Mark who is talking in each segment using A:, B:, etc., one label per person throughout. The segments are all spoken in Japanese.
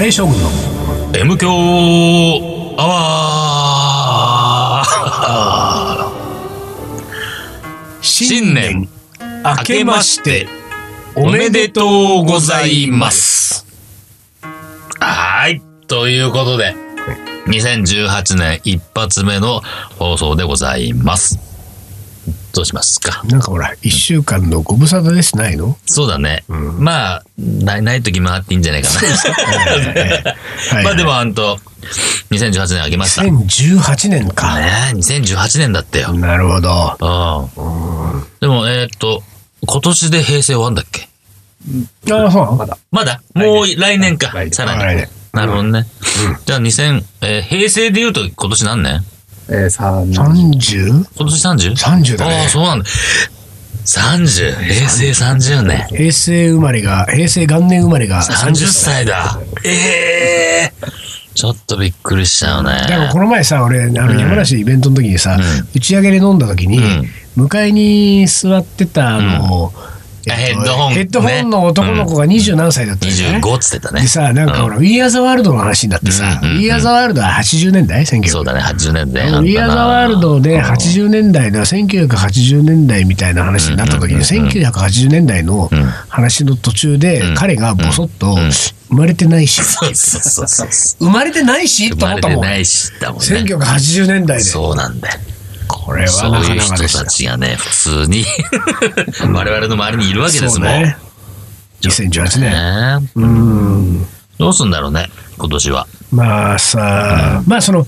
A: レー将軍の
B: M 強アワー新年
A: 明
B: 明けましておめでとうございます。はい。ということで、2018年一発目の放送でございます。どうしますか
A: なんかほら一週間のご無沙汰ですない の
B: そうだね。
A: うん
B: まあ、ない、ない時もあっていいんじゃないか
A: はいはいはい
B: な。まあでも、
A: はい
B: あんと、2018年あげました。ね
A: 2018年か、
B: え、2018年だってよ。うん。
A: なるほど
B: でも、えーっと、今年で平成終わんだっけ
A: あそうまだ
B: まだもう来年か
A: 来。年
B: さら
A: 来
B: に
A: 年。
B: なるほどね。じゃあ2000、えー平成で言うと今年何年
C: えー、三
A: 30
B: 今年 30?
A: 30だね
B: ああ、そうなんだ。30。平成30年。
A: 平成生まれが平成元年生まれが
B: 30歳だ。ええちょっとびっくりしちゃうね。
A: だからこの前さ俺あの山梨のイベントの時にさ、
B: うん
A: 打ち上げで飲んだ時に、
B: うん
A: 向かいに座ってたあの、
B: ヘッドホンね
A: ヘッドホンの男の子が二十何歳だったんだよね、
B: 25っつってたね。
A: でさなんかほら、ウィーアーザワールドの話になってさ、
B: うんうん
A: ウ
B: うん
A: ィーアーザワールドは80年代1900
B: そうだね、80年代
A: ウィアーザワールドで80年代の1980年代みたいな話になった時に1980年代の
B: うん
A: 話の途中で
B: うん
A: 彼がボソッと
B: うん
A: 「生まれてないし」
B: そうそうそうそう。
A: 生まれてないし
B: 生
A: と思
B: ま
A: っ
B: れ
A: た
B: て
A: もん
B: ないし、だもんね。
A: 1980年代で
B: そうなんだよ。
A: これは
B: そう
A: なか
B: いう
A: な
B: 人
A: かでした
B: たちがね、普通に 我々の周りにいるわけですもん。
A: ね2018年
B: ねえ
A: うん
B: どうすんだろうね、今年は。
A: まあさまあその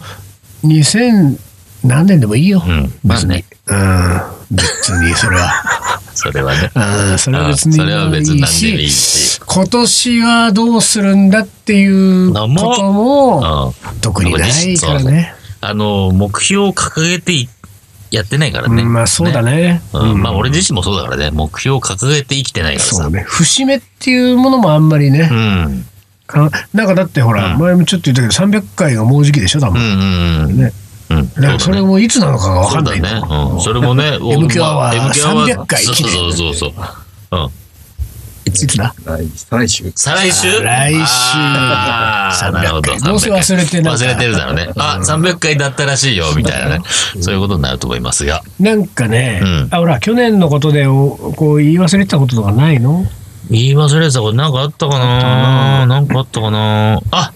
A: 2000何年でもいいよ
B: うんまあ
A: 別に
B: ね
A: うん別にそれ は。
B: それはね。
A: うんそれは別に
B: それは別に
A: い
B: 何でもい
A: い
B: い
A: し
B: し
A: 今年はどうするんだっていうこ
B: のも
A: と
B: う
A: も
B: ん。
A: 特にないから
B: そう
A: ね。
B: あの、目標を掲げていやってないからね。
A: うんまあそうだ
B: ね。
A: ね。
B: うん
A: うん
B: まあ俺自身もそうだからね、目標を掲げて生きてないから
A: そ
B: さ。
A: うね。節目っていうものもあんまりね
B: う。ん。
A: かなんかだってほら、
B: うん
A: 前もちょっと言ったけど300回がもうじきでしょ、多
B: うんう
A: 分。
B: んうん。
A: ね。
B: うん。
A: だからそれもいつなのかがわかんないん
B: そう
A: だも
B: だ
A: ん
B: ね。うん。それもね、
A: M 響は
B: まあ M 響
A: 300回記念
B: そうそうそうそう。うん。
A: いつだ
C: 来来週。
B: 再来週
A: 来週
B: あー
A: 300
B: なるほど。
A: 回どうせ忘れてな
B: なんい。
A: か
B: 忘れてるだろうね。あ、300回だったらしいよ、みたいなね。そういうことになると思いますが。
A: なんかね
B: うん、
A: あ、ほら、去年のことでおこう言い忘れてたこととかないの
B: 言い忘れてたことなんかあったかななんかあったかなあ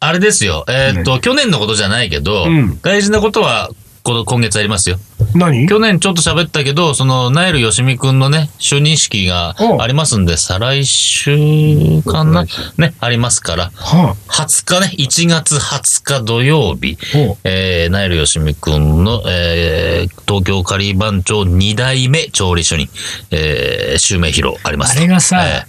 B: あれですよ。えーっと、去年のことじゃないけど、
A: うん
B: 大事なことは、この今月ありますよ。
A: 何
B: 去年ちょっと喋ったけど、その、ナイルよしみくんのね、就任式が
A: おう
B: ありますんで、再来週かなね、ありますから。
A: は
B: 20日ね、1月20日土曜日、
A: おう
B: えー、ナイルよしみくんの、えー、東京カリバン町2代目調理主任、えー、襲名披露ありますと。
A: あれがさ
B: え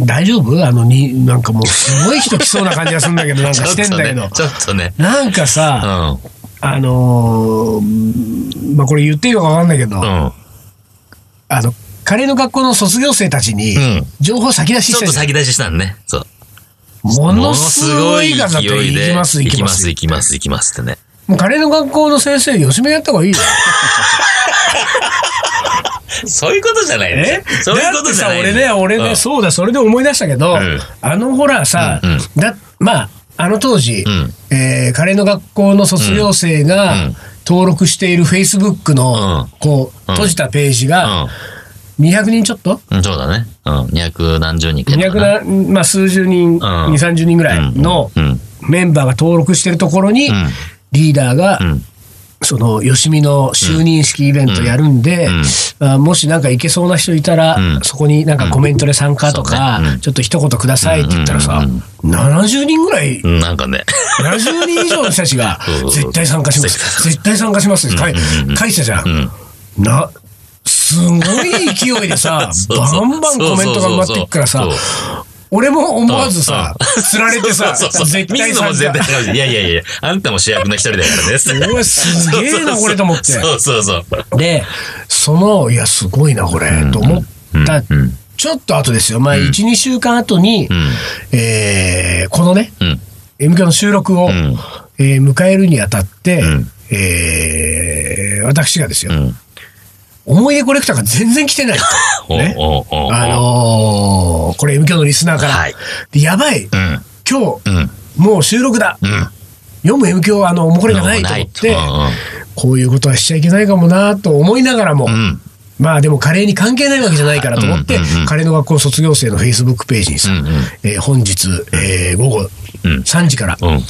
A: 大丈夫あのに、なんかもうすごい人来そうな感じがするんだ けど、なん
B: ー
A: かしてんだけど。
B: ちょっとね、ちょっ
A: なんか
B: と
A: さ、
B: ね、
A: あのーまあこれ言っていいのかわかんないけど、
B: うん、うん、
A: あの、カレーの学校の卒業生たちに
B: うん、
A: 情報先出し
B: ち
A: し
B: ょ
A: て
B: っと先出ししたんね。そう。
A: ものすごい数だって行きます、行
B: 行
A: き
B: き
A: ま
B: ますす、。行きます、行きますってね。
A: もうカレーの学校の先生、吉めやった方がいいよ。
B: そういうことじゃないね。 そういうことじゃない。
A: だってさ、俺ね、俺ね、そうだ、それで思い出したけど、
B: うん
A: あのほらさ、
B: うんうん
A: だまあ、あの当時、
B: うん
A: えーカレーの学校の卒業生
B: うんう
A: が
B: ん
A: 登録している Facebook の、
B: うん
A: こう、
B: うん
A: 閉じたページ
B: う
A: が
B: ん、
A: 200人ちょっと、
B: うん。そうだね。うん。200何十人かやったかな
A: 200な、まあ、数十人、2、30人ぐらいの
B: うんうん
A: メンバーが登録してるところに、
B: うん
A: リーダーが、
B: うん。
A: その、よしみの就任式イベントやるんで、
B: うん
A: まあもしなんか行けそうな人いたら、
B: うん
A: そこになんかコメントで参加とか、
B: うんそうねうん
A: ちょっと一言くださいって言ったらさ、
B: うん
A: 70人ぐらい、
B: うん。なんかね。
A: 70人以上の人たちが
B: そうそう、そう
A: 絶対参加します。 絶対参加しますって書い
B: うんうん
A: 書いてたじゃ。
B: うんん。、
A: な、すごい勢いでさ
B: そう
A: バ
B: そう
A: ンバンコメントが埋まっていくからさ
B: そうそう、
A: 俺も思わずさ
B: うん、
A: 釣られてさ、
B: そうそうそう
A: 絶対
B: 水野も
A: 参
B: 絶
A: 加
B: 対。参加いやいやいや、あんたも主役の一人だからね。す
A: ごいすげえなこれと思って
B: そうそうそう。
A: で、その、いや、すごいな、これ、と思った、
B: うんうん
A: ちょっと後ですよ。まあ、1、2週間後に、えーこのね、
B: うん。
A: M 響の収録を、
B: ん
A: えー迎えるにあたって、
B: ん
A: えー私がですよ、
B: うん。
A: 思い出コレクターが全然来てない。ね
B: おうおうおう
A: あのーこれ M 響のリスナーから。
B: はい
A: でやばい、
B: うん。
A: 今日、
B: うん。
A: もう収録だ。
B: うん。
A: 読む M 響あの、おもこれがないと思って、こういうことはしちゃいけないかもなと思いながらも、
B: うん。うん。
A: まあでもカレーに関係ないわけじゃないからと思って、
B: うんうんうん
A: カレーの学校卒業生の Facebook ページにさ、
B: うんうん
A: えー本日、えー午後
B: うん
A: 3時から、
B: うん。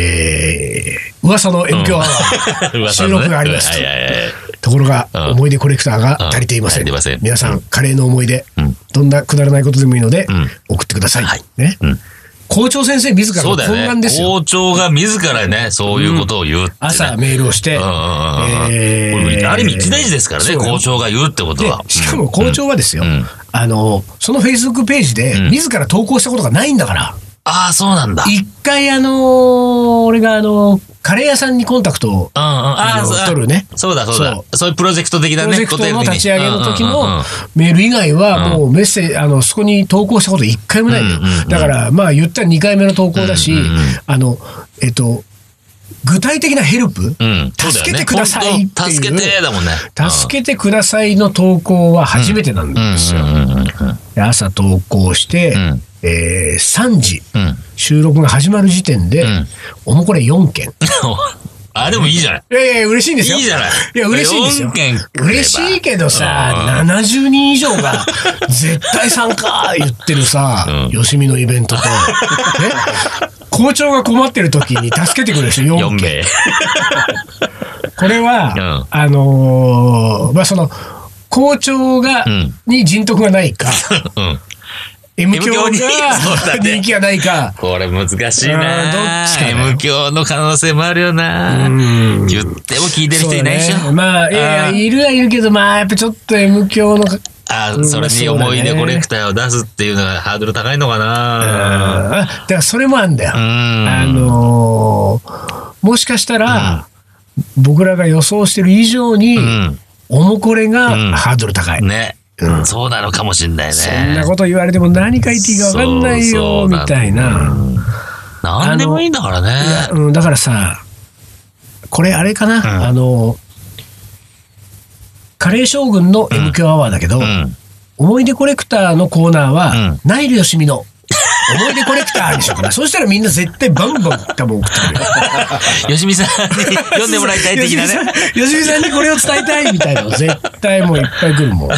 A: えー噂の M 響アワー、
B: 噂
A: 収
B: のね
A: 録があります
B: はいはいはい。
A: ところが、
B: うん
A: 思い出コレクターが足りていません。
B: うん足りてません
A: 皆さん、カレーの思い出、
B: うん
A: どんなくだらないことでもいいので、
B: ん
A: 送ってください。
B: はい
A: ね、
B: うん
A: 校長先生自ら
B: そ
A: の
B: うだ
A: 懇
B: よ
A: 願
B: ね。
A: ですよ。
B: 校長が自らね、そういうことを言うってね。
A: 朝メールをして、
B: うんうんうんうん
A: えー
B: これある意味一大事ですから
A: そ
B: ね、
A: うよ
B: 校長が言うってこと
A: で
B: は。
A: しかも校長はですよ、
B: うんうん
A: あのそのフェイスブックページで
B: うん
A: 自ら投稿したことがないんだから、
B: ああ、そうなんだ。うんうん。
A: 一回あのー俺があのーカレー屋さんにコンタクトを
B: あ
A: あ
B: あ、
A: の
B: そう
A: 取るね
B: そうだ、そう
A: そ
B: だ。そういうプロジェクト的
A: プ
B: だ
A: ロ
B: ね、
A: ジェクトの
B: 固定的に
A: 立ち上げの時
B: うんうんうんう
A: の
B: ん
A: メール以外は
B: うん
A: もうメッセージあのそこに投稿したこと一回もないのよ
B: うんうんうん
A: だからまあ言ったら2回目の投稿だし、
B: うんうんうん
A: あのえっと具体的なヘルプ、
B: うん。そうよね
A: 助けてくださいっていう
B: 本当助けてだもんね。
A: 助けてくださいの投稿は初めてなんですよ。
B: うんうんうんうんうん
A: で朝投稿して、
B: うん
A: えー3時、
B: うん。
A: 収録が始まる時点で、
B: ん
A: おもこれ4件。
B: あ、でもいいじゃない。
A: いやいや、嬉しいんですよ。
B: いいじゃない
A: いや、嬉しいんですよ
B: 4件来。れば
A: 嬉しいけどさ、
B: うん
A: 70人以上が、 絶対参加言ってるさ、
B: うん
A: よしみのイベン トと、ね、校長が困ってる時に助けてくれる人
B: 4
A: 4件。
B: 名。
A: これ
B: うん
A: は、あのーまあ、その、校長が、
B: うん
A: に人徳がない か、
B: うん。
A: M 教が
B: にそうだね
A: 人気がないか、
B: これ難しい
A: うん
B: な
A: どっちかだよ
B: M 教の可能性もあるよな
A: うん
B: 言っても聞いてる人いないでし
A: そうだ
B: ょ。
A: ねまあ、いや
B: あ
A: いや、
B: ー
A: いるはいるけど、まあ、やっぱちょっと M 教の、
B: あ、それに思い出コレクターを出すっていうのはハードル高いのか
A: あ
B: な
A: だからそれもあんだよ。
B: うん
A: あのーもしかしたら、僕らが予想してる以上に、
B: うん
A: おもこれ
B: うん
A: がハードル高い。
B: ね。そうなのかもしんないね。
A: そんなこと言われても何書いていいか分かんない
B: そうそ
A: よ、
B: う
A: み
B: だ
A: たいな。
B: なんでもいいんだから
A: いや
B: ね。
A: うん、だからさ、これあれかな、
B: ん
A: あの、カレー将軍の M 響アワーだけど、
B: うん。
A: 思い出コレクターのコーナーは、
B: うん
A: ナイルよしみの。思い出コレクターにしようかな。 そうしたらみんな絶対バンバン多分送ってくるよ。
B: よしみさん に読んでもらいたい的なね。
A: よしみさんにこれを伝えたいみたいなの絶対もういっぱい来る もん。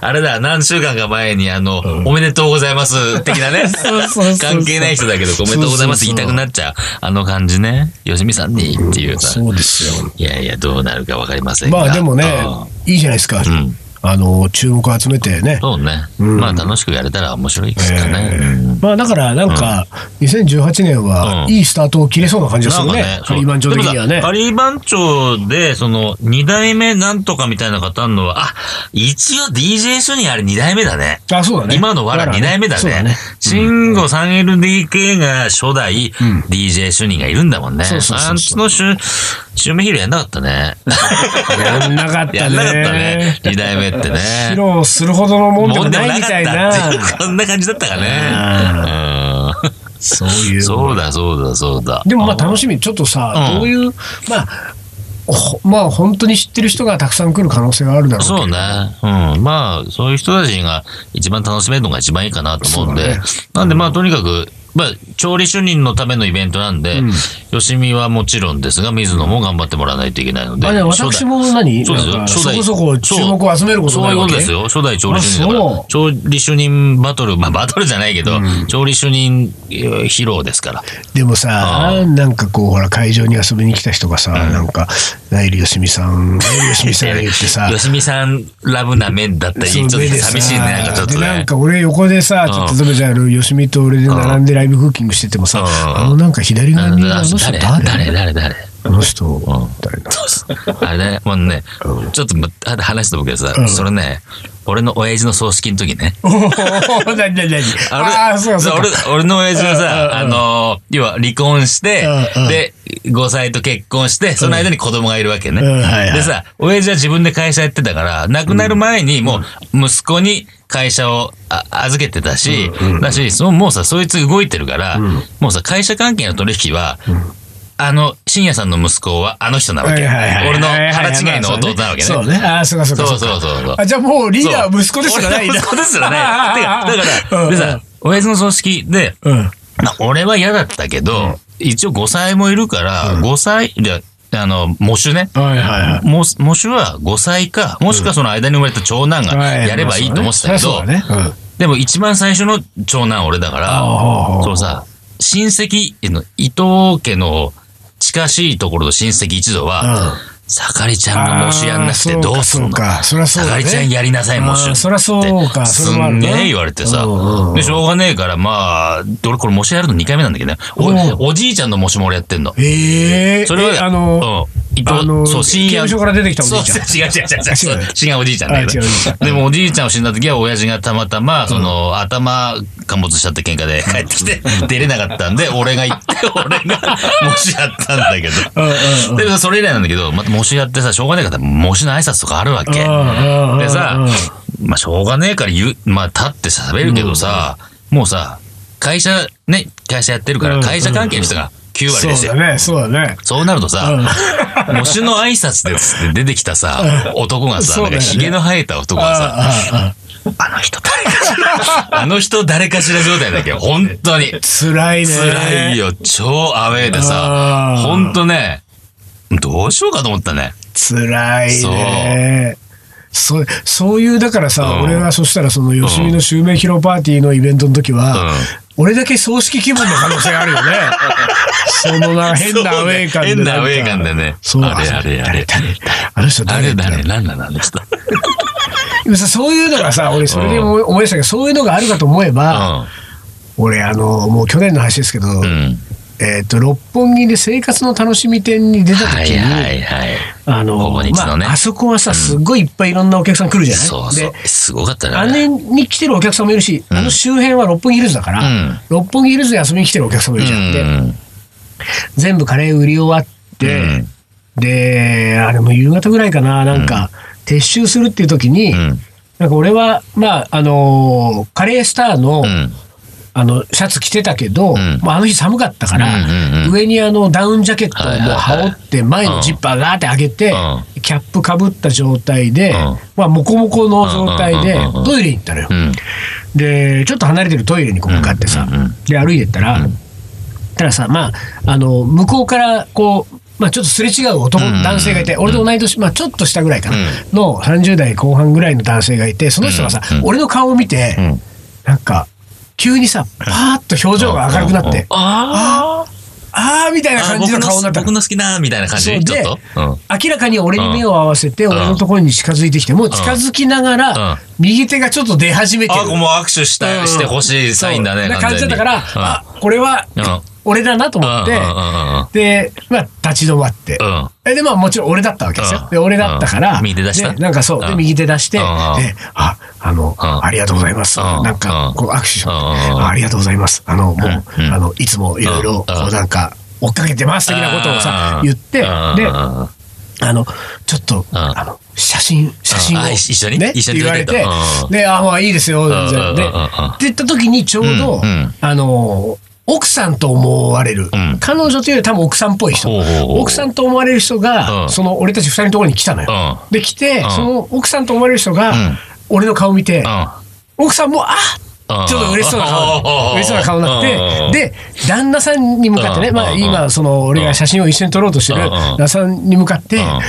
B: あれだ、何週間か前に、あの、おめでとうございます、的なね。
A: そうそうそう
B: 関係ない人だけど、おめでとうございます、言いたくなっちゃう。あの感じね。よしみさんに、っていうさ。
A: そうですよ。
B: いやいや、どうなるかわかりませんが。
A: まあでもね
B: うん、
A: いいじゃないですか。
B: ん
A: あの、注目を集めてね。
B: そうね。
A: ん
B: まあ楽しくやれたら面白いですかね。
A: えーまあだからなんか、2018年は
B: うん
A: いいスタートを切れそうな感じがす
B: なん
A: る
B: か
A: ね
B: ね。、
A: カリーマン町的には
B: でも
A: ね
B: さ。カリーマン町で、その、二代目なんとかみたいな方あんのは、あ、一応 DJ 主にあれ二代目だね。
A: あ、そうだね。
B: 今のわら2代目だ
A: そうだ
B: ね
A: ね。。
B: 慎吾 3LDK が初代 DJ 主任がいるんだもんね。
A: そうそうそうそう
B: あんちのシュ、シュメヒルやんなかったね。
A: やんなかったね。
B: やんなかったね。2代目って
A: 披
B: ね。
A: 露するほどのもんで
B: も
A: も
B: んでも
A: ないみ
B: なかった
A: い
B: たっていう
A: な。
B: こんな感じだったかね。うん
A: そういう。
B: そうだ、そうだ、そうだ。
A: でもまあ楽しみ、ちょっとさ、
B: うん
A: どういう、まあ、ほまあ本当に知ってる人がたくさん来る可能性があるだろうけど
B: そうね。うん。まあ、そういう人たちが一番楽しめるのが一番いいかなと思うん
A: そう
B: で。
A: だね
B: なんでまあ、とにかく、まあ、調理主任のためのイベントなんで、よしみはもちろんですが、水野も頑張ってもらわないといけないので。
A: あ、でも私も何
B: そうですよ
A: なんか
B: 初
A: そ
B: 代
A: こそこ注目を集めること
B: そ
A: になる
B: ういうこ
A: わ
B: と
A: け
B: ですよ。初代調理主任だ
A: あ
B: から
A: そ。う
B: 調理主任バトル、まあバトルじゃないけど、調理主任えー披露ですから。
A: でもさ、なんかこう、ほら、会場に遊びに来た人がさ、なんか、ナイルよしみさ ん、ナイルよしみさん言ってさ
B: よ、しみさんラブな面だったり、ち
A: そ
B: ょ
A: う
B: っと
A: 目でさ
B: 寂しいね。なんかちょっと
A: でなん
B: ね。
A: か俺横でさ、ちょっと例えばじゃあ、よしみと俺で並んでライブクッキングしててもさ、
B: うん
A: あのなんか左側にいるあの人
B: 誰
A: 誰
B: 誰誰誰
A: あの人、みたいな。
B: あれね、もうね、ちょっとまあ話すと僕はさ、
A: うん
B: それね、俺の親父の葬式の時ね。
A: おお、なになになにああ、そうかそう
B: 俺
A: か。、
B: 俺の親父がさ、あのー、要は離婚して
A: うんうん、
B: で、5歳と結婚して、その間に子供がいるわけね。
A: うんうんはいはい
B: でさ、親父は自分で会社やってたから、亡くなる前にもう息子に会社をあ預けてたし、だし、そのもうさ、そいつ動いてるから、もうさ、会社関係の取引は、あの、深夜さんの息子はあの人なわ
A: はい
B: け。
A: はいはい
B: 俺の
A: はいはい
B: 腹
A: はい
B: 違いの弟なわけね。
A: そうね。ああ、そうかそうか。
B: そう
A: か
B: そうそうそう。
A: あ、じゃあもうリーダー
B: そう
A: は息子ですらない
B: 俺の息子ですよね。てかだか
A: う
B: ら、
A: ん
B: でさ、親父の葬式で、
A: うん。
B: まあ、俺は嫌だったけど、一応5歳もいるから、5歳、じゃあの、喪主ね。
A: はいはいはい。
B: も喪主は5歳か、もしくはその間に生まれた長男が
A: はい
B: やればいいと思ってたけ
A: そ
B: ど
A: うだ、ね。うん
B: でも一番最初の長男は俺だか
A: あ
B: ら、
A: あ
B: そうさ、親戚の、伊藤家の近しいところの親戚一同は、
A: うん
B: 盛りちゃんが模試やんなくてどうす
A: あーそ
B: んの
A: うかそうかそりゃそうだね
B: 盛りちゃんやりなさい、模試
A: あーそりゃそうか
B: す
A: それもある
B: ん
A: ね
B: げえ言われてさ
A: うんうんう。ん
B: で、しょうがねえから、まあ、俺これ模試やるの2回目なんだけどね。おおじいちゃんの模試も俺やってんの。
A: ええ
B: それ
A: え
B: は、
A: あの、
B: うん、伊藤、
A: あの
B: そう、深
A: 刑
B: 夜。
A: 務所から出てきたおじいちゃん
B: そう違う違う違う違う。
A: あ違うね
B: そう違うおじいちゃんだけ
A: あ
B: ど
A: 違うおじいちゃん。
B: でもおじいちゃんを死んだ時は親父がたまたま、その、頭陥没しちゃって喧嘩で帰ってきて、出れなかったんで、俺が 行って、俺が、もしやったんだけ
A: うんうん
B: ど。で、それ以来なんだけど、また模試やってさ、しょうがないから、模試の挨拶とかあるわけ。
A: うんうん
B: でさ
A: うん、
B: まあ、しょうがねえから言う、まあ、立って喋るけどさ、もうさ、会社、ね、会社やってるか
A: う
B: ら、
A: ん
B: 会社関係の人が9割です
A: そう
B: よ
A: だ。ね、そうだね。
B: そうなるとさ、喪主の挨拶ですって出てきたさ、男がさ、
A: そう
B: な
A: だよ
B: ん
A: ね
B: かヒゲの生えた男がさ、
A: あーあーあ
B: あの人誰かしら、あの人誰かしら状態だっけど、本当に。
A: ー辛いね。
B: 辛いよ、超アウェーでさ
A: あ、ー
B: 本当ね、どうしようかと思ったね。
A: 辛いね。そうそういうだからさ、
B: うん
A: 俺はそしたらその吉見の襲名披露パーティーのイベントの時は、
B: うん
A: 俺だけ葬式気分の可能性あるよねそのな変なアウェー感で
B: そ
A: ん
B: うね変
A: か
B: なアウェー感でね。
A: そう
B: あれあれあれ。
A: あの人
B: あ
A: 誰
B: れ誰何なのあの人。
A: でもさそういうのがさ俺それで思い思い出したけどそういうのがあるかと思えば、
B: う
A: 俺あのもう去年の話ですけど、
B: ん。うん。
A: えっと六本木で生活の楽しみ店に出た
B: は
A: 時
B: い
A: に、
B: はいはい。
A: あの
B: ほぼ日のね
A: まあ、あそこはさすっごいいっぱいいろんなお客さん来るじゃない、
B: そうそう
A: で。
B: すごかったね。
A: あ
B: あれ
A: れに来てるお客さんもいるし、あの周辺は六本木ヒルズだから、
B: うん
A: 六本木ヒルズに遊びに来てるお客さんもいるじゃん。
B: う
A: で、
B: ん。
A: 全部カレー売り終わって、
B: うん
A: で、あれも夕方ぐらいかな、なんか、撤収するっていう時に、
B: うん
A: なんか俺は、まあ、あのーカレースターの、
B: うん。
A: あの、シャツ着てたけど、
B: ん
A: まあ、あの日寒かったから、
B: うんうんうん
A: 上にあの、ダウンジャケットを
B: はいはい
A: もう
B: はい
A: 羽織って、前のジッパーガーって上げて、
B: う
A: キャップかぶった状態で、
B: ん
A: まあ、モコモコの状態で
B: うんうんうんうん、
A: トイレ行ったのよ。
B: うん。
A: でちょっと離れてるトイレにこう向かってさ、
B: うんうんうん
A: で歩いてったら、たださまああの向こうからこう、まあ、ちょっとすれ違う男、
B: うんうんうん
A: 男性がいて俺と同い年、まあ、ちょっと下ぐらいかな、
B: うん
A: の30代後半ぐらいの男性がいてその人がさ、
B: うんうん
A: 俺の顔を見て、
B: うん
A: なんか急にさパーッと表情が明るくなって、
B: あー
A: あーみたいな
B: あー
A: 感じの顔になったの
B: 僕の好きなみたいな感
A: そう
B: じちょ
A: で
B: っと、うん
A: 明らかに俺に目を合わせて俺のところに近づいてきてもう近づきなが
B: うん
A: ら右手がちょっと出始めてる
B: あ、もう握手した、
A: うん
B: してほしいサインだね。
A: そうな
B: 完
A: 感
B: 全
A: じだっ
B: に
A: たから、
B: うん
A: あ、これは
B: うん、
A: 俺だなと思って
B: うんうんうんうん、
A: で、まあ、立ち止まって
B: う。ん。
A: えで、まあ、もちろん俺だったわけです
B: うん
A: よ。で、俺だったから、
B: うん右手出した
A: でなんかそう、
B: う
A: で、
B: ん
A: 右手出して、
B: う
A: で、
B: ん
A: あ、あの、
B: ん
A: ありがとうございます。
B: うん
A: なんか、こう、握手し
B: うん
A: あありがとうございます。あの、もう、
B: うん
A: あの、いつもいろいろ、こ
B: うん
A: う、なんか、追っかけてます、的なことをさ、言って、で、
B: うん
A: あの、ちょっと、
B: ん
A: あの、写真、写真を、
B: あ一緒に
A: ね、
B: 一緒に
A: 言われて
B: 撮りたいとう、ん
A: で、あ、まあいいですよ、全
B: うんうんう
A: 然。
B: ん
A: で、って言った時にちょう
B: うんう
A: ど
B: ん、
A: あの、奥さんと思われる
B: ん。
A: 彼女というより多分奥さんっぽい人
B: ほうほうほう。
A: 奥さんと思われる人
B: うん
A: が、その俺たち二人のところに来たのよ
B: う。
A: で、来て
B: うん、
A: その奥さんと思われる人が
B: ん、
A: 俺の顔見て、奥さんも、あ
B: うん
A: ちょっと嬉しそうな
B: うん
A: 顔、嬉しそうな顔にな
B: う
A: って、
B: ん
A: で、旦那さんに向かってね、
B: うん
A: まあ
B: うん
A: 今、その、俺が写真を一緒に撮ろうとしてる
B: うん
A: 旦那さんに向かって
B: ん、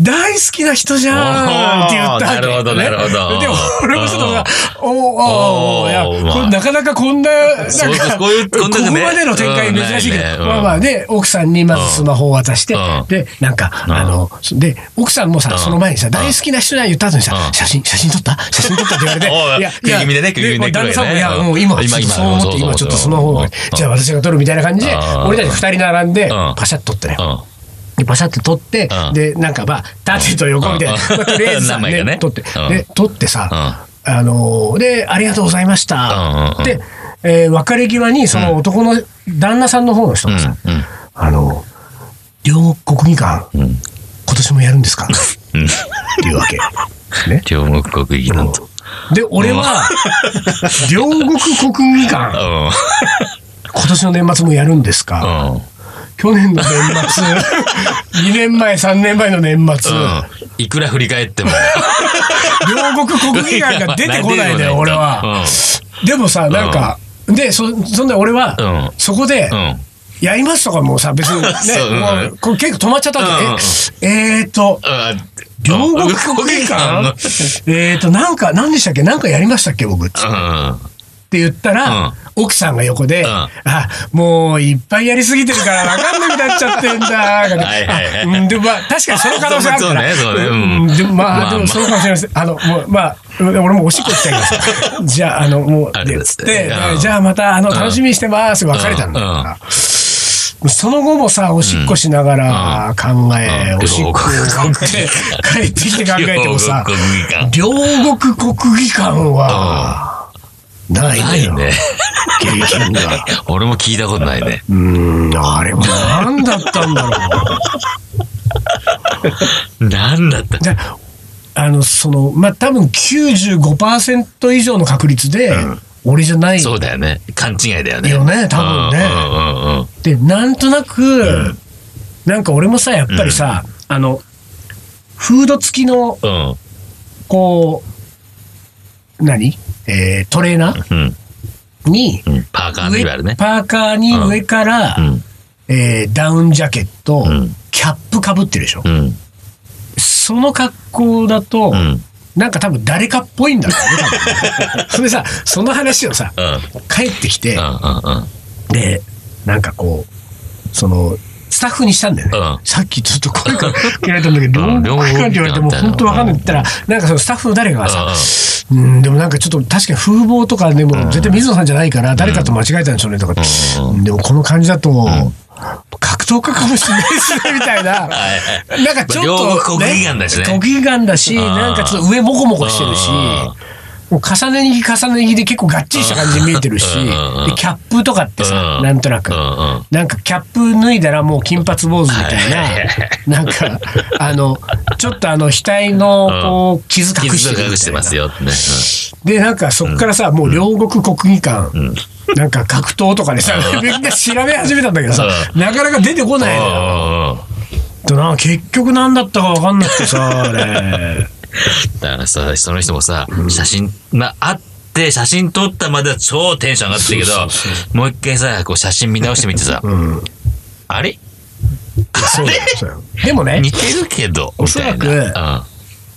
A: 大好きな人じゃんって言ったわけ
B: おーなるほどなるほど
A: でも、俺もちょっとさ、おーおーおーいや、
B: おーまあ
A: これなかなかこんな、なんか、
B: そうそうこういうこ
A: こ
B: ん
A: こ
B: なね
A: までの展開珍しいけ
B: うんないねう
A: ど、
B: ん
A: まあまあ、で、奥さんにまずスマホを渡して
B: うん、
A: で、なんか、あの、で、奥さんも
B: う
A: さ、
B: ん
A: その前にさ、大好きな人じゃん言った後に
B: う
A: さ
B: ん、
A: 写真、写真撮った写真撮ったって言われ
B: おい
A: て、いや、
B: 食い気味でね食い気味で
A: もう旦那さんも、
B: ね
A: いや、もう今、
B: 今
A: 今、そう思って、
B: 今
A: 今ちょっとスマホ
B: う
A: を
B: ん、
A: じゃあ私が撮るみたいな感じで
B: うん、
A: 俺たち二人並んで
B: うん、
A: パシャッと撮ってね。
B: うん
A: でパシャって撮って、
B: うん
A: でなんかまあ縦と横みたいな、
B: うん
A: まあ、とりあ えずさ、
B: 何枚か
A: ね
B: ね
A: 撮って、
B: うん
A: で撮ってさ、あのーで「ありがとうございました」
B: うんうんうん
A: で、えー別れ際にその男の旦那さんの方の人がさ「
B: うんうん
A: あのー両国技館、
B: ん
A: 今年もやるんですか?」
B: うん
A: っていうわけ。ね、
B: 両国国技なんと。
A: で俺は「両国国技館
B: うん
A: 今年の年末もやるんですか
B: うん
A: 去年の年 末、2年前、3年前の年末、
B: うん。いくら振り返って も。
A: 両国国技館が出てこない
B: 出てこ
A: ね、
B: ない
A: 俺は。でもさ、なんか、で、そ、そんな俺は、
B: うん
A: そこで、
B: うん。うん。
A: やりますとかもうさ、別に
B: そうう
A: ね、
B: ん
A: もうこう結構止まっちゃった
B: うんうんう
A: ん
B: ん
A: で、ええーと、両国国技館えーと、なんか、何でしたっけなんかやりましたっけ僕って
B: うん。
A: 言ったら、奥さんが横で、
B: ん
A: あ、もういっぱいやりすぎてるからわかんなくなっちゃってんだ。
B: はいはい。
A: あうんでもまあ、確かにその可能性あるから
B: そうねそうねうん
A: でもまあ、
B: まあ
A: でもそうかもしれません。あの、もう、まあ、俺もおしっこ行きたい から。じゃあ、あの、もう、
B: あれですね
A: で
B: うん
A: じゃあまた、あの、楽しみにしてます。別れたんだ
B: うんうん
A: その後もさ、おしっこしながら考え、
B: うん
A: おしっこを買って、 帰ってきて考えてもさ、両国国技館は、ない
B: な
A: の
B: い
A: よ
B: ね。
A: 経験が。
B: 俺も聞いたことないね。
A: うーん、あれは何だったんだろ う。
B: なんだった
A: じゃああの、その、まあ、多分95%以上の確率で、俺じゃない
B: そうだよね。勘違いだよね。
A: よね、多分ね。
B: うんうんうんうん。
A: でなんとなく、なんか俺もさやっぱりさ、あのフード付きの
B: うん。
A: こう何、えートレーナー
B: うん。
A: に、
B: うん。パーカーのいわゆるね。
A: パーカーに
B: うん
A: 上から、
B: うん。
A: えーダウンジャケット、
B: うん
A: キャップかぶってるでしょ、
B: うん。
A: その格好だと、
B: うん。
A: なんか多分誰かっぽいんだろうね多分 ねそれでさその話をさ
B: うん。
A: 帰ってきて、
B: うんうんうん。
A: で、なんかこう、その、スタッフにしたんだよね。
B: うん
A: さっきちょっと声かけられたんだけど、
B: うん
A: 両国機関って言われても
B: 両国機関だよ
A: 本当わかんないって言ったら、なんかそのスタッフの誰かがさ、うん、でもなんかちょっと確かに風貌とかでも絶対水野さんじゃないから、誰かと間違えたんでしょうねとかって、
B: う
A: うんでもこの感じだと、格闘家かもしれないですね、みたいな。
B: はいはい。
A: なんかちょっと、
B: まあ両国国技館だしね
A: 国技館だし、
B: ん
A: なんかちょっと上もこもこしてるし
B: うん、
A: もう重ね着重ね着で結構がっちりした感じに見えてるし、で
B: うんうん
A: キャップとかってさ
B: う、ん
A: なんとなく
B: う。んうん。
A: なんかキャップ脱いだらもう金髪坊主みた
B: はいはいはい
A: いな、なんか、あの、ちょっとあの、額のこう傷隠して
B: 傷
A: るみたい
B: が
A: な。
B: 隠してますよってね。
A: で、なんかそっからさ、もう両国国技館、なんか格闘とかでさ、みんな調べ始めたんだけどさ、なかなか出てこないのよ。
B: うんうんうん。
A: でな結局何だったか分かんなくてさ、あれ。
B: だからさ、その人もさ、写真、まあ、あって、写真撮ったまでは超テンション上がってるけ
A: そう
B: ど、もう一回さ、こう写真見直してみてさ、
A: うん。
B: あれ
A: そうだよ、そうだよ。でもね
B: 似、てるけど、
A: お
B: み
A: そ
B: た
A: ら
B: い
A: く
B: な。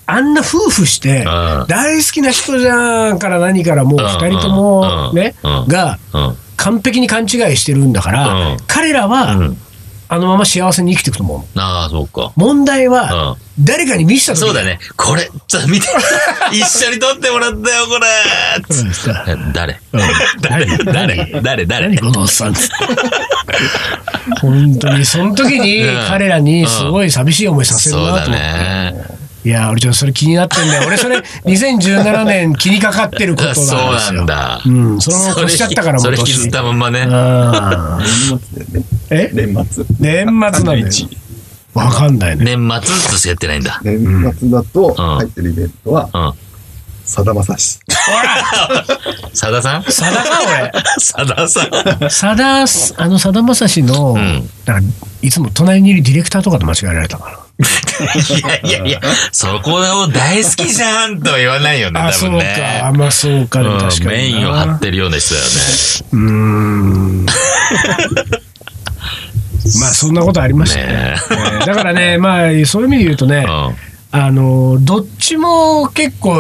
A: あんな夫婦して、
B: ん
A: 大好きな人じゃんから何からもう二人とも
B: うん
A: ね、
B: うん
A: が、
B: うん。うん。
A: 完璧に勘違いしてるんだから、
B: うん
A: 彼らは、
B: うん
A: あのまま幸せに生きていくと思う。
B: ああ、そうか。
A: 問題は、誰かに見せた時
B: そうだね。これ、ちょっと 見て、一緒に撮ってもらったよ、これ
A: うんさ
B: え誰
A: 誰
B: 誰誰誰
A: 何このおっ さんっつって本当にその時に
B: うん
A: 彼らにすごい寂しい思いさせる
B: そう
A: な
B: だ
A: と思って、
B: ね。
A: いや俺ちょっとそれ気になってんだよ俺そ れ2017年気にかかってることなん
B: あ
A: です
B: そう
A: よ
B: なんだ。
A: うんそのまま越しちゃったからも
B: そうれ
A: 今
B: 引きずっ
A: 年
B: たまんまね。
A: あーえ
C: 年末
A: 年末なんだよ
C: 31
A: わかんないね
B: 年末としかやってないんだ。
C: 年末だと
B: うん
C: 入ってるイベントは
B: うん。
C: さだまさし
B: さださん
A: さだか俺
B: さださん。
A: さだ、あの、さだまさしの、
B: ん
A: なんか、いつも隣にいるディレクターとかと間違えられたか
B: いやいやいや、そこを大好きじゃんとは言わないよね、
A: ら。あ、
B: 多
A: そう
B: 分
A: か。あ
B: ね。
A: まあ、そうか。でも確
B: うん、
A: か
B: メ
A: にな。
B: インを張ってるような人だよね。
A: うーん。まあ、そんなことありましたね。
B: ね
A: えーだからね、まあ、 そういう意味で言うとね、あの、どっちも結構、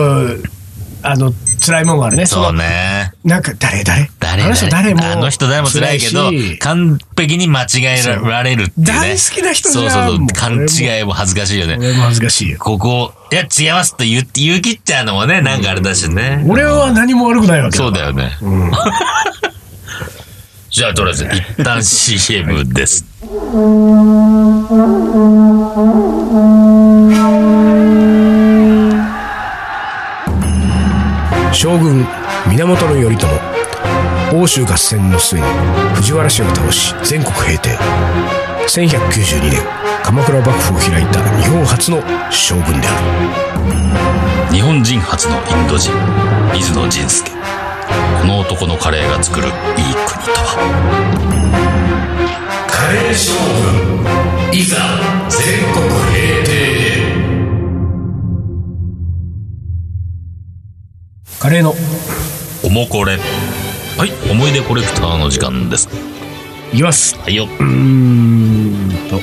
A: あの、辛いもんがあるね。
B: うん。そう
A: の
B: ね。
A: なんか、誰、誰
B: 誰
A: あの人誰も。
B: あの人誰も辛いけど
A: 辛いし、
B: 完璧に間違えられるっていう
A: 大
B: ね。
A: 好きな人じゃん
B: そうそうそ
A: もう。
B: う勘違いも恥ずかしいよね。
A: 俺も恥ずかしいよ。
B: ここ、いや、違いますと言う言い切っちゃうのもね、なんかあれだしね。
A: 俺は何も悪くないわけ
B: そう
A: だ。
B: だよね。 じゃあ、とりあえず、一旦 CM です。
A: 将軍源頼朝欧州合戦の末に藤原氏を倒し全国平定1192年鎌倉幕府を開いた日本初の将軍である
B: 日本人初のインド人、水野仁介。この男のカレーが作るいい国とは
A: カレー将軍いざ全国平定カレーの
B: おもこれはい思い出コレクターの時間です
A: いきます
B: はいよ
A: うーんと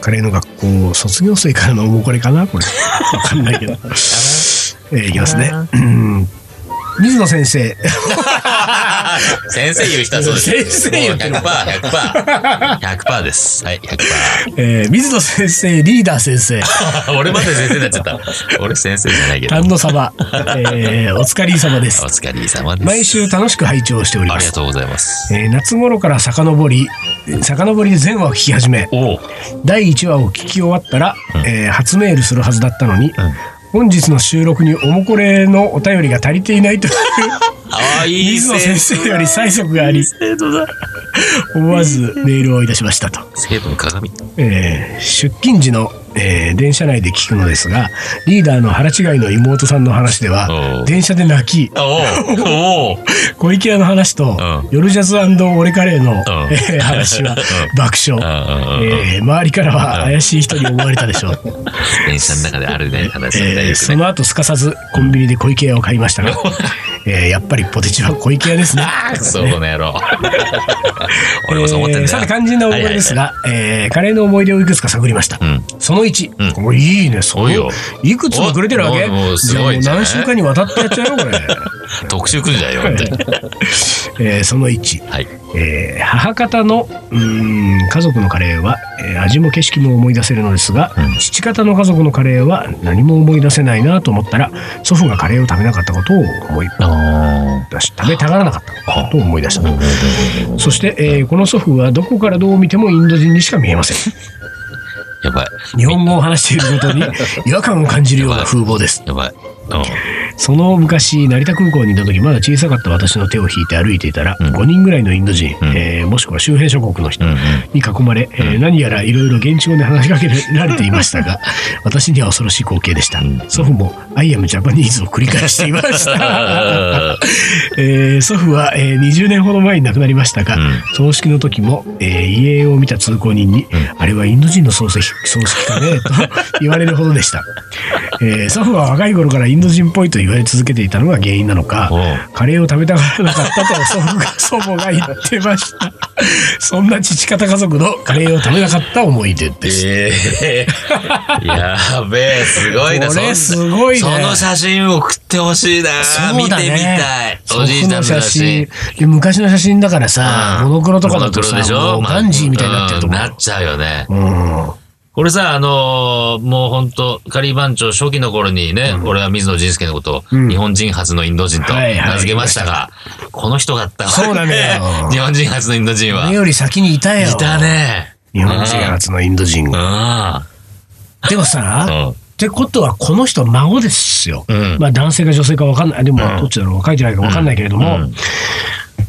A: カレーの学校卒業生からのおもこれかな これわかんないけ どえーいきますねうん水野先生
B: 先生言う人はそうです。
A: 先生言ってる
B: もう100%、100%。100%です。はい、100%。
A: えー水野先生、リーダー先 生、
B: 俺まで先生になっちゃった。俺先生じゃないけど。
A: 丹野様、えーお疲れ様で
B: お
A: す。
B: 疲れ様です。
A: 毎週楽しく拝聴しており
B: あ
A: ま
B: りが
A: す。
B: とうございます。
A: えー夏頃から遡り、えー遡りで全話を聞き始め、
B: おう。
A: 第1話を聞き終わったら、えー初メールするはずだったのに、
B: ん
A: 本日の収録におもこれのお便りが足りていないという
B: ああ、 いい
A: 水野先生より催促があり、
B: 生徒だ。
A: 思わずメールをいたしましたと。
B: 生徒の鏡。
A: えー出勤時の、えー電車内で聞くのですがリーダーの腹違いの妹さんの話で
B: お
A: は
B: う
A: 電車で泣き
B: おう。おう。
A: 小池屋の話と、
B: うん
A: 夜ジャズ俺カレーの、
B: ん
A: えー 話は爆笑、
B: うんうんうん
A: えー周りからは怪しい人に思われたでし ょう、
B: 電車の中であるね、話みたい
A: えー
B: です
A: そ
B: ね。
A: の後すかさずコンビニで小池屋を買いましたが、 えーやっぱりポテチは小池屋ですね。
B: そうこの野郎。 俺もそう思ってん
A: え
B: だ
A: ー
B: よ。
A: さて肝心な思い出ですが、えーカレーの思い出をいくつか探りました、
B: ん
A: その1、
B: うん
A: これいいねそ
B: お
A: う
B: いよ
A: いくつもくれてるわけ
B: おもうもうす
A: じゃあも
B: ご
A: う
B: いんじゃない
A: 何週間にわたってやっちゃうよこれ、
B: はいはい特集くんじゃよ、本当に。
A: えーその1、
B: はい。
A: えー母方のうーん家族のカレーは、えー味も景色も思い出せるのですが、父方の家族のカレーは何も思い出せないなと思ったら祖父がカレーを食べなかったことを思い
B: あ
A: 出し食べたがらなかったことを思い出したとそして、えーこの祖父はどこからどう見てもインド人にしか見えません
B: ーやばい。
A: 日本語を話していることに違和感を感じるような風貌です
B: やばい。
A: その昔成田空港にいた時まだ小さかった私の手を引いて歩いていたら、
B: ん
A: 5人ぐらいのインド人、
B: ん
A: えーもしくは周辺諸国の人、
B: うん。うんうん。
A: に囲まれ、えー何やらいろいろ現地語で話しかけられていました が私には恐ろしい光景でした、祖父も「アイアムジャパニーズ」を繰り返していまし たえー祖父は、えー20年ほど前に亡くなりましたが、
B: うん
A: 葬式の時も、えー遺影を見た通行人に、あれはインド人の葬式葬式かねと言われるほどでした、えー祖父は若い頃からインド人っぽいと言われ続けていたのが原因なのか
B: おう
A: カレーを食べたがらなかったと祖父が祖母が言ってましたそんな父方家族のカレーを食べなかった思い出です、
B: ええやべえ、すごいな。
A: これ
B: そんな
A: すごいね
B: その写真送ってほしいな。見てみたい。おじいさんの
A: 祖父
B: 写
A: の写
B: 真
A: 真。で昔の写真だからさ、
B: うん
A: モノクロとかだと
B: モノクロ
A: さ
B: でしょ
A: もう
B: まあ
A: ガンジーみたいになってると
B: うん
A: 思
B: なっちゃうよね。
A: う、うん、
B: これさ、あのーもう本当カリー番長初期の頃にね、俺は水野仁介のことを、
A: うん
B: 日本人初のインド人と
A: はいはい
B: 名付けましたが、この人だったわ
A: そうなのよ
B: 日本人初のインド人は。
A: 俺
B: い
A: より先にいたよ
B: たね。
A: 日本人初のインド人
B: う
A: が
B: ん。
A: でもさ、
B: うん
A: ってことはこの人は孫ですよ、
B: うん
A: まあ男性か女性か分かんないでもどっちだろう若いじゃないか分かんないけれども、
B: うん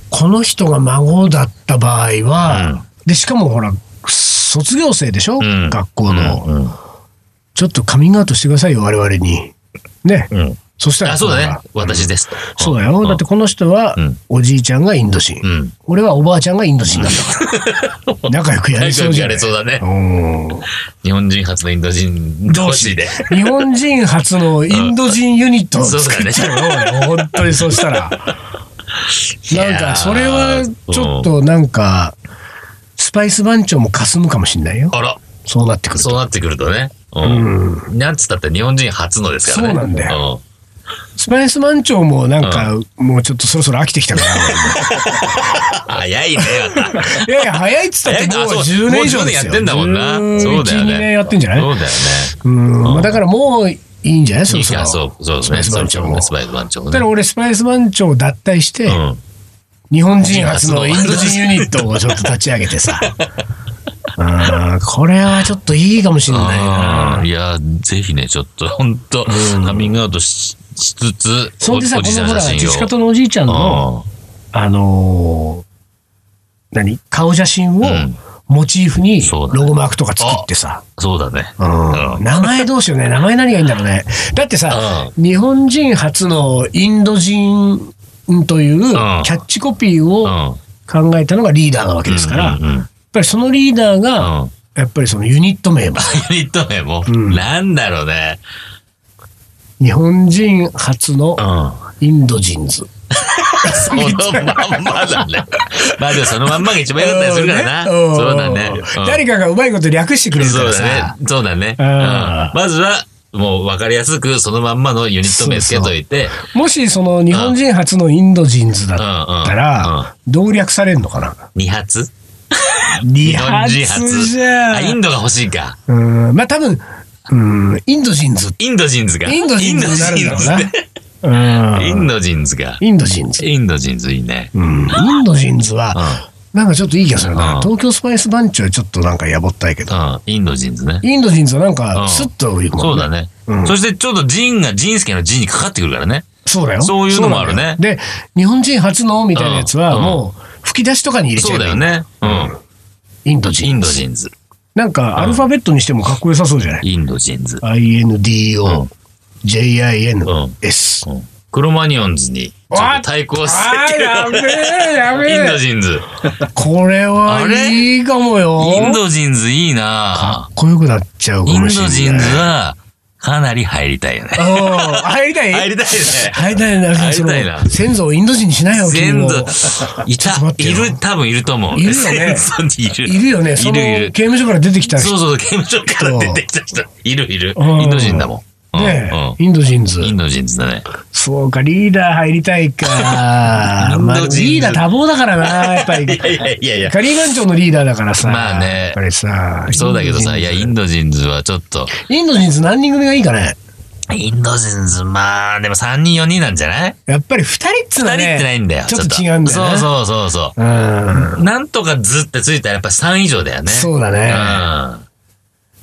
A: この人が孫だった場合は、でしかもほら卒業生でしょ、
B: うん
A: 学校の、
B: うん
A: ちょっとカミングアウトしてくださいよ我々にね、
B: うん。
A: そしたら
B: あ、そうだね
A: ほら。
B: 私です。
A: そうだよ、
B: ん
A: だってこの人は
B: うん
A: おじいちゃんがインド人、
B: うん。
A: 俺はおばあちゃんがインド人なんだか ら仲良くや
B: 大
A: りそ
B: 丈
A: う
B: 夫
A: じゃ
B: や
A: ない
B: れそうだね。
A: うん
B: 日本人初のインド人同士で。
A: 日本人初のインド人ユニットを作っちゃうよ、本当にそうしたら。なんか、それはちょっとなんか、スパイス番長も霞むかもしれないよ。
B: あら、
A: そうなってくる
B: そう
A: と。
B: なってくるとね。う
A: うん、
B: ん。なんつったって日本人初のですからね。
A: そうなんだよスパイス番長もなんか、もうちょっとそろそろ飽きてきたから。
B: うん。早いね、また。
A: いやいや、 早いっつったってもう
B: 早いあそう
A: 10年以上ですよ。
B: もう10年やってんだもんなそうだよね
A: 1、2年やってんじゃない
B: そうだよね。
A: うん。まあだからもういいんじゃないそろ
B: い
A: そ
B: や
A: ろ。
B: そう、そうで
A: ス
B: す
A: パ
B: ね。
A: イス番長も。
B: スパイス番長
A: だから
B: ね。
A: 俺、スパイス番長を脱退して、
B: うん。
A: 日本人初のインド人ユニットをちょっと立ち上げてさ。 あーこれはちょっといいかもしれない
B: あ
A: な
B: ー。いや、ぜひね、ちょっと、本当カミングアウトししつつ、
A: そんでさ、
B: お
A: こ
B: じさ
A: の
B: ん
A: ほ
B: の
A: ら、
B: 写
A: 父
B: 真
A: 方のおじいちゃんの、
B: を。
A: あのー何顔写真を
B: うん、
A: モチーフに
B: そうだね
A: ロゴマークとか作ってさ。
B: そうだね。
A: うん
B: うん
A: 名前どうしようね。名前何がいいんだろうね。だってさ、日本人初のインド人というキャッチコピー
B: う
A: を
B: ん。
A: 考えたのがリーダーなわけですから、や
B: う
A: っ
B: んうんうん
A: ぱりそのリーダー
B: う
A: が
B: ん、
A: やっぱりそのユニット名も、
B: ユニット名も、
A: うん
B: なんだろうね。
A: 日本人初の
B: うん。
A: インド人ズ。
B: そのまんまだね。 まあでもそのまんまが一番良かったりするからな。
A: うん
B: そうだね。うん
A: 誰かがうまいこと略してくれる
B: そ
A: か
B: う
A: ら
B: だ
A: さ。
B: ね。そうだね。
A: う
B: うんんまずは、もう分かりやすくそのまんまのユニット名つけといて、
A: もしその日本人初のインド人ズだった
B: うんうん
A: ら、動略されるのかな
B: 2発
A: 日
B: 日本人初。
A: じゃ
B: あ、インドが欲しいか。
A: うんまあ多分、うん、インド人ズって
B: インド人ズが。
A: インド人ズになるんだろうな。
B: インド人ズが
A: うん。インド人ズ。
B: インド人ズいいね。
A: うんインド人ズは、なんかちょっといい気がする
B: う
A: な。
B: ん
A: 東京スパイス番長はちょっとなんかやぼったいけ
B: う
A: ど、
B: ん、インド人ズね。
A: インド人ズはなん
B: う
A: か
B: ん
A: スッといく
B: そ
A: もん
B: うだ。ね。そしてちょっとジンがジンスケのジンにかかってくるからね。
A: そうだよ。
B: そういうのもあるね
A: そうなんだよで、日本人初のみたいなやつは
B: うん
A: もう吹き出しとかに入れちゃ
B: そう
A: えば
B: だ
A: いい
B: よ。ね。うん。
A: インド
B: イ
A: 人
B: ンド
A: ズ。
B: 人ズ。
A: なんかアルファベットにしてもかっこよさそうじゃない
B: インド人ズ。う
A: ?INDO
B: ん、ん
A: JINS。
B: うんクロマニオンズにちょっと対抗
A: あ
B: して
A: ーやべえ、やべ
B: インド
A: え。
B: 人ズ。
A: これ
B: あれ
A: はいいかもよ。
B: インド人ズいいな
A: かっこよくなっちゃうか
B: インド
A: もしれ
B: 人
A: ない。
B: ズはかなり入りたいよね。
A: うん入りたい
B: 入りたいよね。
A: 入りたいな。
B: 入りたいな
A: その先祖をインド人にしないよ、君
B: 全
A: も
B: 部。、 い
A: ちょったと、待っ
B: い
A: てよ
B: る、多分いると思う。
A: いるよ ね
B: 戦争にいる。
A: いるよね。そ
B: い
A: の、
B: るいる
A: 刑。務所から出てきた
B: そ
A: 人。
B: うそう、刑務所から出てきた人。いるいる。
A: うん
B: インド人だもん。うん
A: ね
B: う
A: インド人ズ
B: ん。。インド人ズだね。
A: そうか、リーダー入りたいか。
B: インド人ズ
A: まあ、リーダー多忙だからな、やっぱり。
B: いやいやいやいや。
A: カリー番長のリーダーだからさ。
B: まあね
A: やっぱりさ。
B: そうだけどさ、いや、インド人ズはちょっと、
A: インド人ズ何人組がいいかね。
B: インド人ズ、まあ、でも3人4人なんじゃない
A: やっぱり二人っつうのは
B: 二人
A: ね。
B: ってないんだよ。
A: ちょっと違うんだよね。う。
B: そうそうそうそ
A: うん。
B: う。なんとかずってついたらやっぱ3以上だよね。
A: そうだね。
B: うん。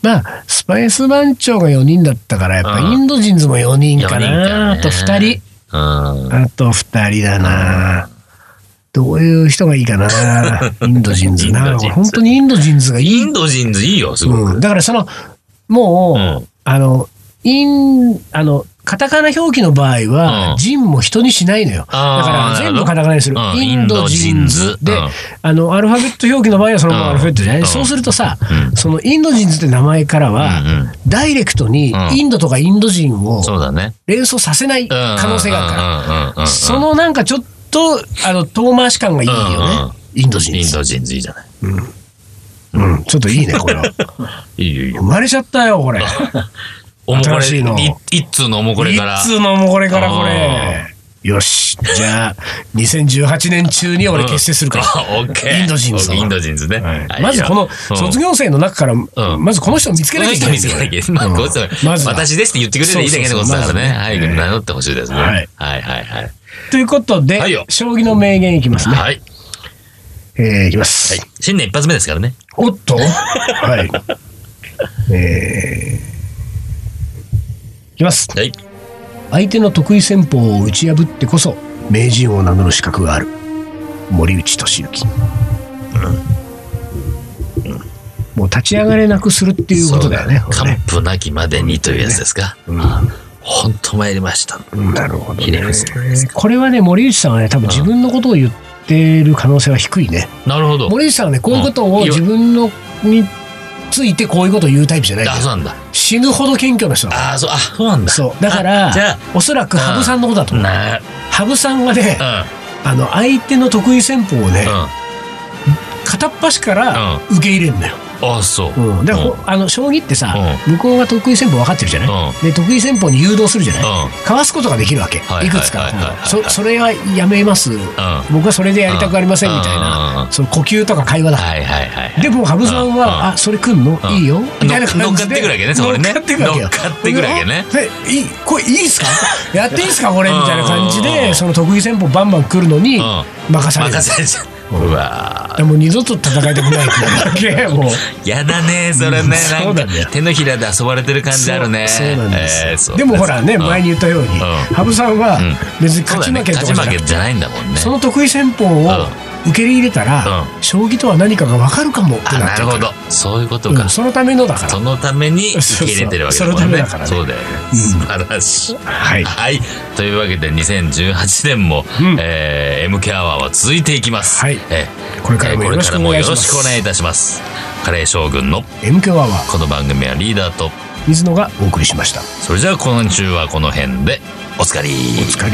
A: まあ、スパイス番長が4人だったから、やっぱ
B: うん
A: インド人ズも4人か
B: 四人
A: な。
B: か
A: あ
B: ね
A: と2人。
B: うん。
A: あと2人だな。どういう人がいいか な。インド人ズ
B: イン
A: な。
B: ド人ズ
A: 本当にインド人ズがい
B: イ
A: い。
B: ンド人ズいいよ、すごく。
A: うん、だからその、もう、
B: うん
A: あの、イン、あの、カタカナ表記の場合は、
B: うん
A: 人も人にしないのよ。だ
B: あー
A: から全
B: なる
A: 部
B: ほど
A: カタカナにする。
B: うん
A: インド人ズ
B: インド人ズ
A: で、
B: うん
A: あの、アルファベット表記の場合はそのまま
B: うん
A: アルファベットじゃない、
B: うん
A: そうするとさ、
B: うん
A: そのインド人ズって名前からは、
B: うんうん
A: ダイレクトに
B: うん
A: インドとかインド人を
B: そうだね。
A: 連想させない
B: うん
A: 可能性があるから。
B: うんうんうんうん。
A: そのなんかちょっと、あの、遠回し感がいい
B: うん
A: よ
B: うん
A: ね。インド人
B: イン
A: ズ。
B: ド人ズいいじゃない。
A: うん、ちょっといいね、これは。
B: いいよいいよ
A: 生。まれちゃったよ、これ。
B: おもこ
A: 新
B: れ、
A: しいの
B: い一通のおも これから。
A: いつのもこれからこれ。よし。じゃあ、2018年中に俺結成するから。
B: うん。オッケー。
A: インド人ズ
B: インド人ズね。
A: はいまずこの卒
B: 業
A: 業生の中から、
B: ん
A: まずこの人を見つけ
B: こ
A: な
B: の
A: きゃいけ
B: 人
A: ない
B: 見せなきゃいけない。
A: うん
B: まあ、こいつは
A: まずは
B: 私ですって言ってくれていいだけのことだからね。早く名乗ってほしいですね。
A: は
B: はいいはいはい。
A: ということで、
B: はいよ
A: 将棋の名言いきますね。
B: はい。
A: えーいきます。
B: 新年一発目ですからね。
A: おっと はい。えーいきます。
B: はい。
A: 相手の得意戦法を打ち破ってこそ、名人を名乗る資格がある。森内俊之。もう立ち上がれなくするっていうことだよね。
B: そう完膚なきまでにというやつですか。あ本当参りました。
A: うんなるほど、
B: ひ
A: ね
B: ね。りつぶです
A: これはね、森内さんはね、多分自分のことを言ってる可能性は低いね。
B: なるほど。
A: 森内さんはね、こういうことを
B: うん
A: 自分のについてこういうことを言うタイプじゃない
B: あ、そうなんだ。
A: 死ぬほど謙虚な人だ
B: あ、そう、あ、そうなんだ。
A: そう。だから
B: あじゃあ、、
A: おそらく羽生さんのことだと思う。
B: な、
A: 羽生さんがね、あの、相手の得意戦法をね、
B: うん、
A: 片っ端から受け入れるんだよ。
B: うん。あ、そう。
A: うん、だから
B: うん
A: ほ、あの将棋ってさ、向こうが得意戦法分かってるじゃない、で得意戦法に誘導するじゃない、
B: うん
A: かわすことができるわけ、、
B: はいい
A: くつか
B: はいはいはいはい
A: そそれはやめます、僕はそれでやりたくありませんみたい
B: うんうん
A: な、
B: う
A: その呼吸とか会話だ、
B: はいはいはいはい。
A: でも羽生さんは、
B: うん
A: あそれ来んの、
B: うん
A: いいよみたいな
B: 乗
A: 感
B: っか
A: じ
B: っ
A: で
B: てくるわけねそこにね
A: 乗っかってくるわけよ
B: 乗っかってくるわけね
A: でいいこれいいっ すかやっていいっすかこれみたいな感じ
B: うんうんうんう
A: で
B: ん
A: その得意戦法バンバン来るのに
B: うん
A: 任される、
B: 任せちゃう。うわ
A: でもう二度と戦いたくないっていうわけもう。
B: ーやだねそれね。
A: そ
B: な
A: うんな
B: か
A: んだよ
B: 手のひらで遊ばれてる感じあるね。
A: そうそうなんです、
B: えー そう
A: でもほらね、
B: うん
A: 前に言ったように、
B: ん
A: 羽生さんは
B: うん
A: 別に
B: そう
A: 勝
B: だ
A: ち
B: ね
A: 負けとかじ
B: 勝ち
A: ゃな
B: 負
A: く
B: け
A: て、
B: じゃないんだもんね。
A: その得意戦法を
B: ん
A: 受け入れたら、将棋とは何かが分かるかもってな
B: あ、
A: っ
B: な
A: て
B: る
A: く
B: ほど。そういうこと
A: うん
B: か。
A: そのためのだから
B: そのために受け入れてるわけだもんね。
A: そう
B: そ
A: そう
B: だよね。
A: うん
B: 素晴らしい。
A: はい
B: はい。というわけで、2018年も、
A: うん
B: えー MK アワーは続いていきます。
A: はい
B: えー
A: これからも
B: えー
A: よろしくお願いします
B: これからもよろしくお願いいたします。カレー将軍の
A: MK アワー
B: この番組はリーダーと、
A: 水野がお送りしました
B: それじゃあ今週はこの辺で、おつかり。
A: お疲れ